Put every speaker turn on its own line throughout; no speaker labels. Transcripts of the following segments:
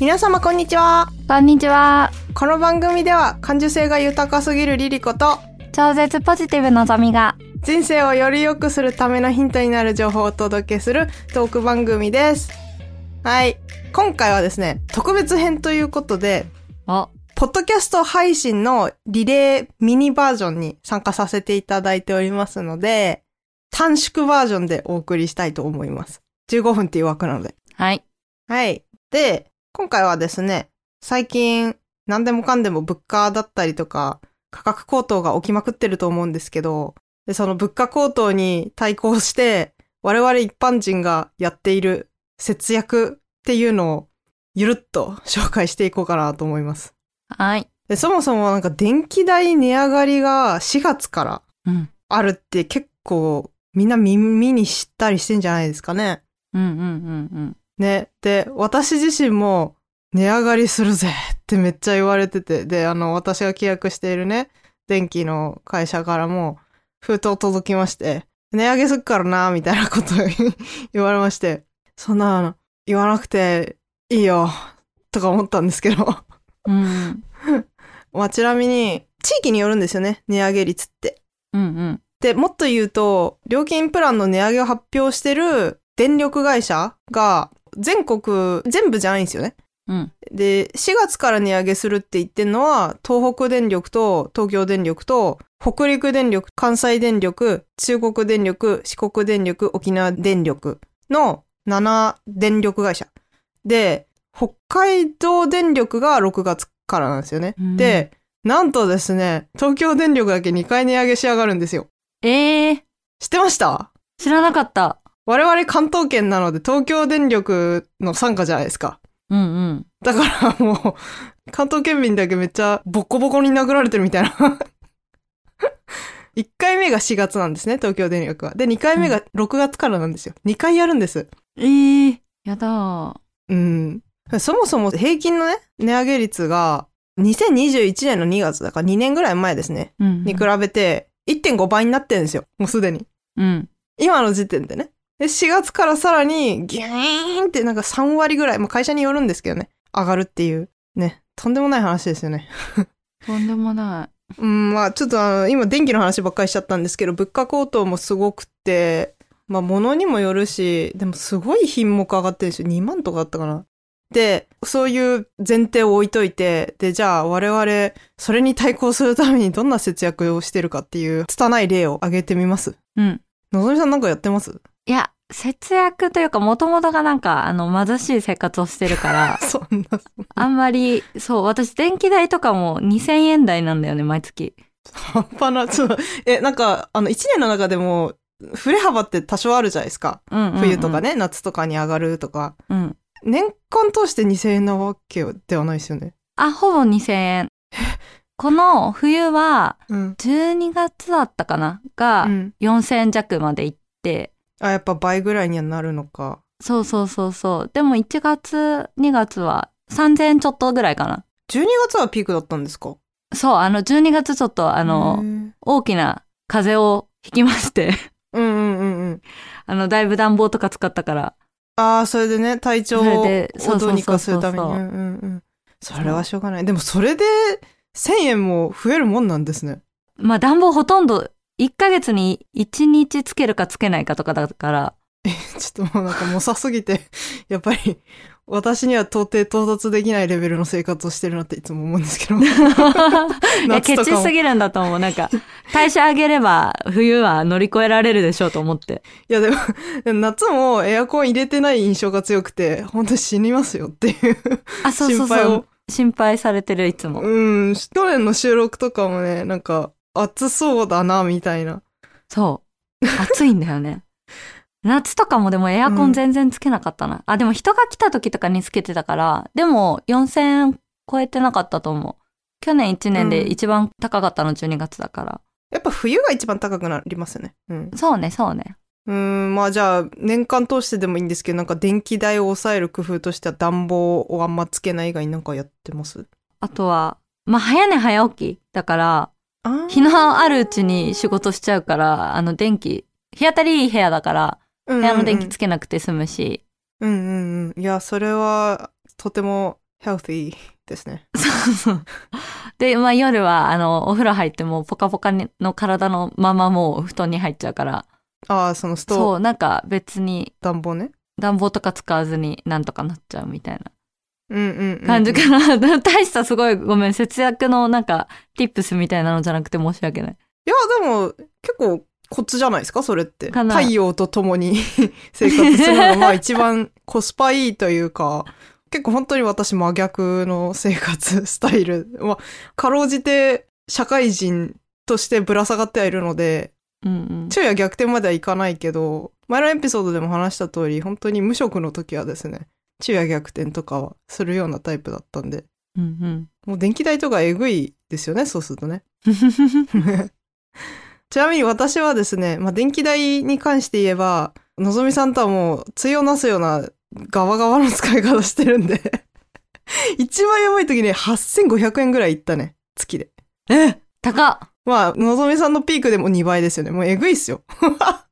皆様こんにちは
こんにちは。
この番組では感受性が豊かすぎるリリコと
超絶ポジティブのぞみが。
人生をより良くするためのヒントになる情報をお届けするトーク番組ですはい今回はですね特別編ということで
お、
ポッドキャスト配信のリレーミニバージョンに参加させていただいておりますので、短縮バージョンでお送りしたいと思います。15分っていう枠なので。
はい。
はい。で、今回はですね、最近何でもかんでも物価だったりとか価格高騰が起きまくってると思うんですけど、でその物価高騰に対抗して我々一般人がやっている節約っていうのをゆるっと紹介していこうかなと思います。
はい。
で、そもそもなんか電気代値上がりが4月から
うん。
あるって結構みんな耳に知ったりしてんじゃないですかね。
うんうんうん
ね。で、私自身も値上がりするぜってめっちゃ言われてて、で、あの、私が契約しているね、電気の会社からも封筒届きまして、値上げすっからな、みたいなこと 言われまして、そんなの言わなくていいよ、とか思ったんですけど。
うん。うん。
まあ、ちなみに、地域によるんですよね、値上げ率って。
うんうん。
で、もっと言うと、料金プランの値上げを発表してる電力会社が、全国、全部じゃないんですよね。
うん。
で、4月から値上げするって言ってるのは、東北電力と東京電力と、北陸電力、関西電力、中国電力、四国電力、沖縄電力の7電力会社。で、北海道電力が6月からなんですよね。
うん
で、なんとですね、東京電力だけ2回値上げし上がるんですよ。
えー、
知ってました
知らなかった。
我々関東圏なので東京電力の傘下じゃないですか。
うんうん。
だからもう、関東県民だけめっちゃボッコボコに殴られてるみたいな。1回目が4月なんですね、東京電力は。で、2回目が6月からなんですよ。2回やるんです。
えー、やだー。
うん。そもそも平均のね、値上げ率が2021年の2月だから2年ぐらい前ですね。
うん。
に比べて1.5倍になってるんですよ。もうすでに。
うん。
今の時点でね。で、4月からさらに、ギューンってなんか3割ぐらい、まあ会社によるんですけどね、上がるっていう、ね、とんでもない話ですよね。
とんでもな
うん、まあちょっとあの、今電気の話ばっかりしちゃったんですけど、物価高騰もすごくて、まあ物にもよるし、でもすごい品目上がってるでしょ。2万とかだったかな。で、そういう前提を置いといて、で、じゃあ我々、それに対抗するためにどんな節約をしてるかっていう、拙い例を挙げてみます。
い。うん。
のぞみさんなんかやって ます
いや、節約というか、もともとがなんか、あの、貧しい生活をしてる から、
そんな、
あんまり、そう、私、電気代とかも2000円台なんだよね、毎月。
半端な、ちょっと、え、なんか、あの、一年の中でも、振れ幅って多少あるじゃないですか。
うんうん、うん。
冬とか。ね、夏とかに上がるとか。
うん。
年間通して2000円なわけではないですよね。
あ、ほぼ2000円。この冬は、
うん。
12月だったかなが
うん。
4000弱まで行って、
あ、やっぱ倍ぐらいにはなるのか。
そうそうそうそうでも1月2月は3000ちょっとぐらいかな
12月はピークだったんですか
そうあの12月ちょっとあ
あ
の、
うん
大きな風邪をひきまして
うんうんうん。
あのだいぶ暖房とか使ったから
ああ、それでね、体調
それ
を
でそう
どうにかす
そうそ
る
うそ
た
う
めに。
そう
うんうんうん。それはしょうがない。でもそれで1000円も増えるもんなんですね。
まあ暖房ほとんど1ヶ月に1日つけるかつけないかとかだから
ちょっともうなんかもさすぎて、 やっぱり私には到底到達できないレベルの生活をしてるなっていつも思うんですけ ど。
いや
夏
ケ
と
チ
かも。
す
い
ぎるんだと思うなんか代謝上げれば冬は乗り越えられるでしょうと思って
やでも、でも夏もエアコン入れてない印象が強くて、本当に死にますよっていう
あそう
心
そうそう
配を。
心配されてるいつも
うん、去年の収録とかもね、なんか暑そうだなみたいな。
そう。暑いんだ よね。夏とかもでもエアコ
うん
ン全然つけなかったな。あ、でも人が来た時とかにつけてたから、でも4000円超えてなかったと思う。去年1年で
うん
一番高かったの12月だから。
やっぱ冬が一番高くなりますよね。うん。
そうね、そうね。
うん、まあじゃあ年間通してでもいいんですけど、なんか電気代を抑える工夫としては暖房をあんまつけない以外になんかやってます
あとは、まあ早寝早起きだから、
あー
日のあるうちに仕事しちゃうから、あの電気、日当たりいい部屋だか
うんうん
ら、部
うん
屋の電気つけなくて済むし、
うんうんうん。いや、それは、とても healthy ですね。
そうそう。で、まあ夜は、あの、お風呂入ってもうポカポカにの体のままもう布団に入っちゃうから、
ああ、そのストー
そう、なんか別に
暖房ね。
暖房とか使わずになんとかなっちゃうみたいな
うんうんうん、うん。
感じかな。 大したすごい、ごめん、節約のなんか、ティップスみたいなのじゃなくて申し訳ない。
いや、でも、結構、コツじゃないですかそれって。
かな
太陽と共に 生活するのが、まあ一番コスパいいというか、結構本当に私真逆の生活スタイル。 まあ、かろうじて社会人としてぶら下がってはいるので、
うんうん。
昼夜逆転まではいかないけど、前のエピソードでも話した通り、本当に無職の時はですね、昼夜逆転とかはするようなタイプだったんで、
うん
もう電気代とかえぐいですよね、そうするとね。
うん。
ちなみに私はですね、まあ、電気代に関して言えば、のぞみさんとはもう、対をなすような、ガバガバの使い方してるんで、一番やばい時ね、8500円ぐらいいったね、月で。
え高っ
まあ、のぞみさんのピークでも2倍ですよね。もうえぐいっすよ。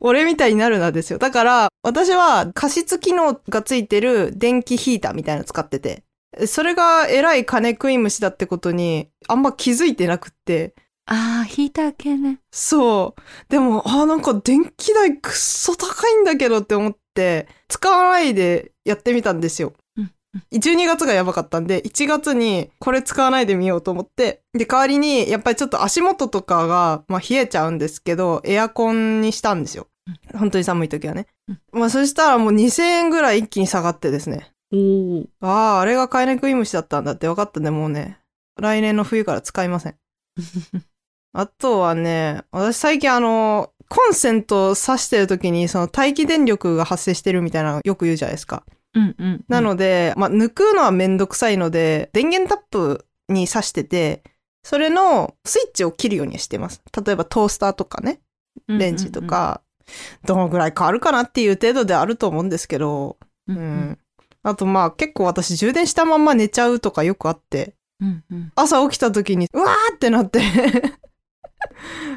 俺みたいになるなですよ。だから、私は加湿機能がついてる電気ヒーターみたいなの使ってて、それがえらい金食い虫だってことに、あんま気づいてなくって、
ああ、ヒーター系ね。
そう。でも、あー、なんか電気代くっそ高いんだけどって思って、使わないでやってみたんですよ
うん。
12月がやばかったんで、1月にこれ使わないでみようと思って、で、代わりに、やっぱりちょっと足元とかが、まあ冷えちゃうんですけど、エアコンにしたんですよ。本当に寒い時はね。まあそしたらもう2000円ぐらい一気に下がってですね。
おお。
ああ、あれが飼い猫イムシだったんだって分かったね、もうね。来年の冬から使いませ ん。あとはね、私最近あの、コンセントを挿してる時に、その待機電力が発生してるみたいなのよく言うじゃないですか。
うんうん。
なので、まあ、抜くのはめんどくさいので、電源タップに挿してて、それのスイッチを切るようにしてます。例えばトースターとかね、
うんうんうん
レンジと。か、どのぐらい変わるかなっていう程度であると思うんですけど、
うん
う
うん
ん。あとまあ結構私充電したまんま寝ちゃうとかよくあって、
うんうん。
朝起きた時に、うわーってなって、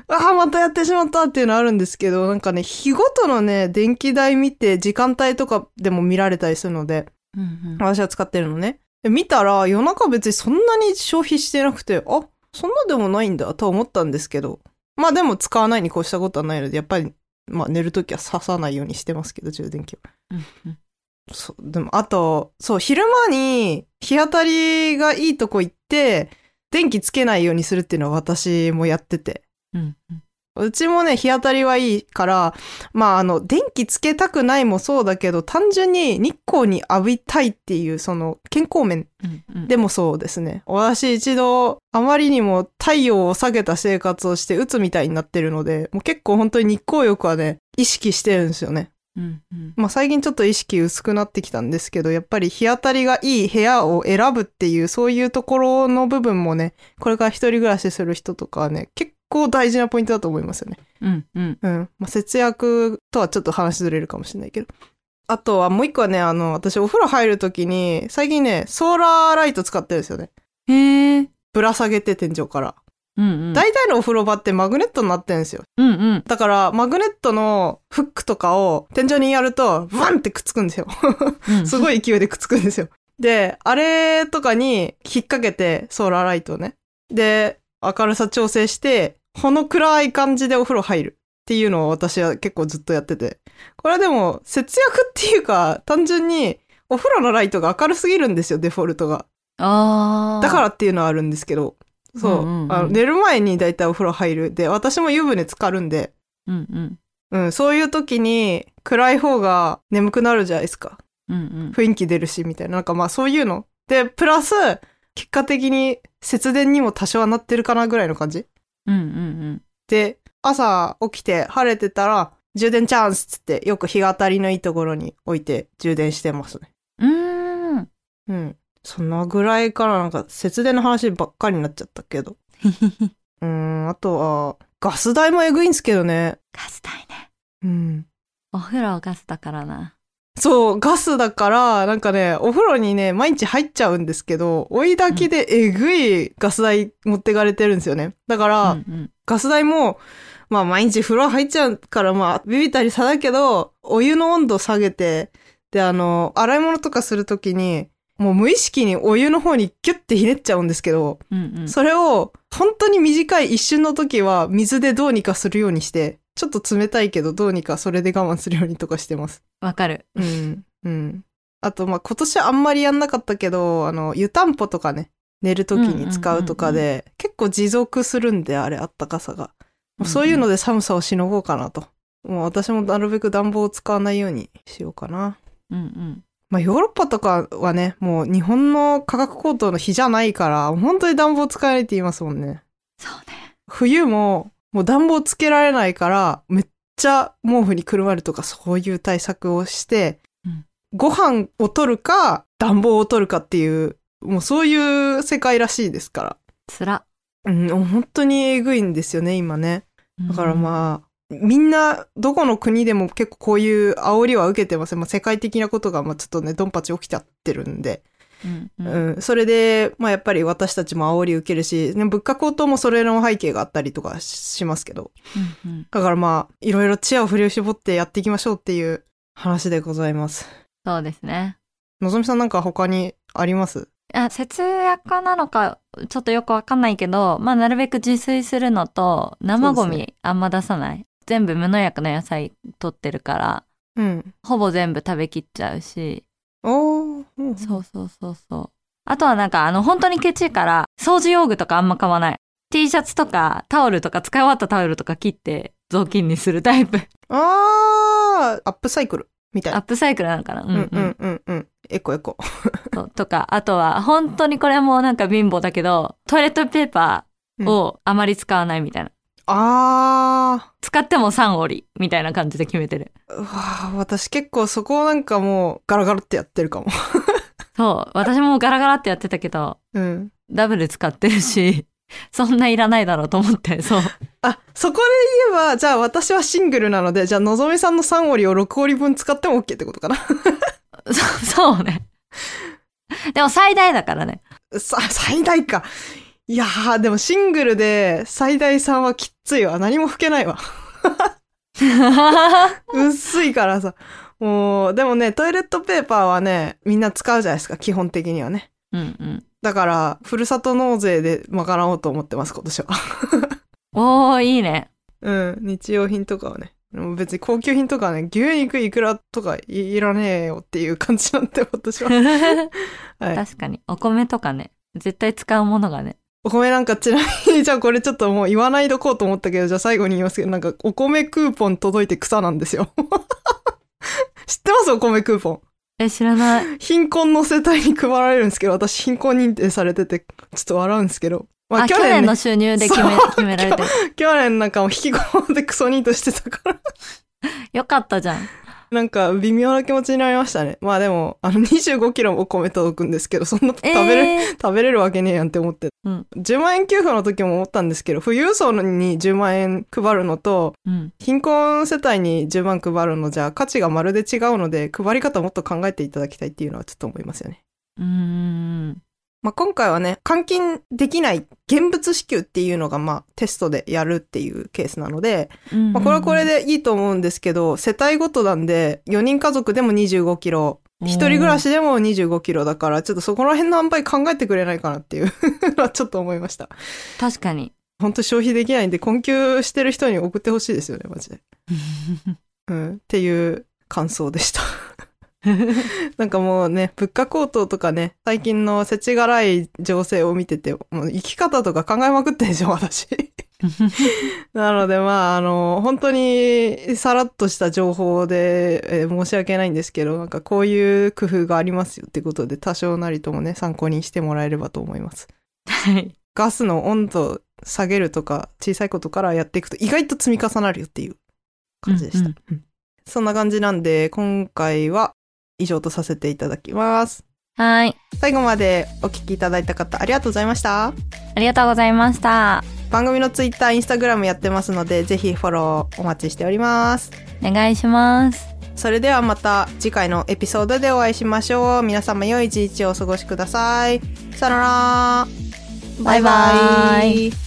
ああ、またやってしまったっていうのあるんですけど、なんかね、日ごとのね、電気代見て、時間帯とかでも見られたりするので、
うんうん
私は使ってるのね。で見たら、夜中別にそんなに消費してなくて、あ、そんなでもないんだとは思ったんですけど、まあでも使わないに越したことはないので、やっぱり、まあ寝るときは刺さないようにしてますけど、充電器は
うんうん
そう、でも、あと、そう、昼間に日当たりがいいとこ行って、電気つけないようにするっていうのは私もやってて。
うん
うちもね、日当たりはいいから、まあ、あの、電気つけたくないもそうだけど、単純に日光に浴びたいっていう、その、健康面
うんうん。
でもそうですね。私一度、あまりにも太陽を下げた生活をして、鬱みたいになってるので、もう結構本当に日光浴はね、意識してるんですよね。
うんうん。
まあ、最近ちょっと意識薄くなってきたんですけど、やっぱり日当たりがいい部屋を選ぶっていう、そういうところの部分もね、これから一人暮らしする人とかはね、結構大事なポイントだと思いますよね。
うんうん。
うん。まあ、節約とはちょっと話ずれるかもしれないけど。あとはもう一個はね、あの、私お風呂入るときに、最近ね、ソーラーライト使ってるんですよね。
へえ。
ぶら下げて天井から。
うんうん。
大体のお風呂場ってマグネットになってるんですよ。
うんうん。
だから、マグネットのフックとかを天井にやると、ワンってくっつくんですよ。
うん
すごい勢いでくっつくんですよ。で、あれとかに引っ掛けて、ソーラーライトをね。で、明るさ調整して、この暗い感じでお風呂入るっていうのを私は結構ずっとやってて。これはでも、節約っていうか、単純に、お風呂のライトが明るすぎるんですよ、デフォルトが。
ああ。
だからっていうのはあるんですけど。そう。
うんうんうん
あの寝る前にだいたいお風呂入る。で、私も湯船浸かるんで、
ら。うんうん。
うん、そういう時に暗い方が眠くなるじゃないですか。
うんうん。
雰囲気出るし、みたいな。なんかまあそういうの。で、プラス、結果的に節電にも多少はなってるかなぐらいの感じ。
うんうん
で、朝起きて晴れてたら、充電チャンスっつって、よく日当たりのいいところに置いて充電してますね。
うん。うーん。
うん。そのぐらいからなんか節電の話ばっかりになっちゃったけど。うーん、あとは、ガス代もえぐいんすけどね。
ガス代ね。
うん。
お風呂ガスだからな。
そう、ガスだから、なんかね、お風呂にね、毎日入っちゃうんですけど、追いだきでえぐいガス代持ってかれてるんですよね。だから、
うんうん。
ガス代も、まあ毎日風呂入っちゃうから、まあビビったりさだけど、お湯の温度下げて、で、あの、洗い物とかするときに、もう無意識にお湯の方にギュッてひねっちゃうんですけど、
うんうん。
それを本当に短い一瞬の時は水でどうにかするようにして、ちょっと冷たいけどどうにかそれで我慢するようにとかしてます。
わかる。
うん。うん。あと、まあ、今年あんまりやんなかったけど、あの、湯たんぽとかね、寝る時に使うとかで、
うん
結構持続するんで、あれ、あったかさが。もうそういうので寒さをしのごうかなと。もう私もなるべく暖房を使わないようにしようかな。
うんうん。
まあ、ヨーロッパとかはね、もう日本の価格高騰の日じゃないから、本当に暖房使えないって言いますもんね。
そうね。
冬も、もう暖房つけられないから、めっちゃ毛布にくるまるとかそういう対策をして、
うん
ご飯を取るか、暖房を取るかっていう、もうそういう世界らしいですから。
つら。
うん、本当にえぐいんですよね、今ね。だからまあ、みんな、どこの国でも結構こういう煽りは受けてます。まあ、世界的なことが、まあ、ちょっとね、ドンパチ起きちゃってるんで。
うんうん。
うん、それで、まあ、やっぱり私たちも煽り受けるし、ね、物価高騰もそれの背景があったりとかししますけど。
うんうん
だからまあ、いろいろ知恵を振り絞ってやっていきましょうっていう話でございます。
そうですね。
のぞみさんなんか他にあります
あ節約家なのか、ちょっとよくわかんないけど、まあ、なるべく自炊するのと、生ゴ
そうで
ミあんま出さない。全部無農薬の野菜取ってるから、
うん。
ほぼ全部食べきっちゃうし、
おー。うん
そうそうそうそう。あとはなんか、あの、本当にケチいから、掃除用具とかあんま買わない。T シャツとか、タオルとか、使い終わったタオルとか切って、雑巾にするタイ プ。
あー、アップサイクルみたい
アッ
な。
プサイクルなのかなうん
う
うんん。
うんうんうん。エコエコ。
そうとか、あとは、本当にこれもなんか貧乏だけど、トイレットペーパーをあまり使わないみたいな。
あ
使っても3折みたいな感じで決めてる。
ー。うわー私結構そこをなんかもうガラガラってやってるかも。
そう。私もガラガラってやってたけど、
うん。
ダブル使ってるし、 そんないらないだろうと思って、 そう。
あ、そこで言えば、じゃあ私はシングルなので、じゃあのぞみさんの3折を6折分使っても OK ってことかな。
そうそうね。でも最大だからね。
さ、 最大か。いやー、でもシングルで最大さんはきっついわ。何も吹けない わ。薄いからさ。もう、でもね、トイレットペーパーはね、みんな使うじゃないですか、基本的にはね。
うんうん。
だから、ふるさと納税で賄おうと思ってます、今年は。
おー、いいね。
うん、日用品とかはね。もう別に高級品とかね、牛肉いくらとかいいらねえよっていう感じなんで、私 は。 はい。
確かに。お米とかね。絶対使うものがね。
お米なんかちなみに、じゃあこれちょっともう言わないとこうと思ったけど、じゃあ最後に言いますけど、なんかお米クーポン届いて草なんですよ。 知ってますお米クーポン。
え、知らない。
貧困の世帯に配られるんですけど、私貧困認定されてて、ちょっと笑うんですけど。 まあ、
あ、
去
去年
年、
の
ね、
収入で決め、
そう
決められてる。
去年なんかもう引きこもってクソニートしてたから、
よかったじゃん。
なんか微妙な気持ちになりましたね。まあでも、あの25キロお米届くんですけど、そんな食べれる、
え
食べれるわけねえやんって思って。
うん
10万円給付の時も思ったんですけど、富裕層に10万円配るのと、
ーうん。
貧困世帯に10万配るのじゃ価値がまるで違うので、配り方もっと考えていただきたいっていうのはちょっと思いますよね。
うーん。
まあ、今回はね、換金できない現物支給っていうのが、まあ、テストでやるっていうケースなので、まあ、これはこれ
で、
でいいと思うんですけど、世帯ごとなんで、4人家族でも25キロ、
うん
一人暮らしでも25キロだから、ちょっとそこら辺の塩梅考えてくれないかなっていう のはちょっと思いました。
確かに。
本当消費できないんで、困窮してる人に送ってほしいですよね、マ ジで。うん、っていう感想で した。なんかもうね、物価高騰とかね、最近の世知辛い情勢を見てて、もう生き方とか考えまくってんでしょ、私。なので、まあ、あの、本当にさらっとした情報で、えー申し訳ないんですけど、なんかこういう工夫がありますよってことで、多少なりともね、参考にしてもらえればと思います。
はい。
ガスの温度下げるとか、小さいことからやっていくと、意外と積み重なるよっていう感じでした。
うんうん
うんそんな感じなんで、今回は以上とさせていただきます。
はい。
最後までお聞きいただいた方ありがとうございました。
ありがとうございました。
番組のツイッター、インスタグラムやってますので、ぜひフォローお待ちしております。
お願いします。
それではまた次回のエピソードでお会いしましょう。皆様良い一日をお過ごしください。さよなら。
バイバイ
イ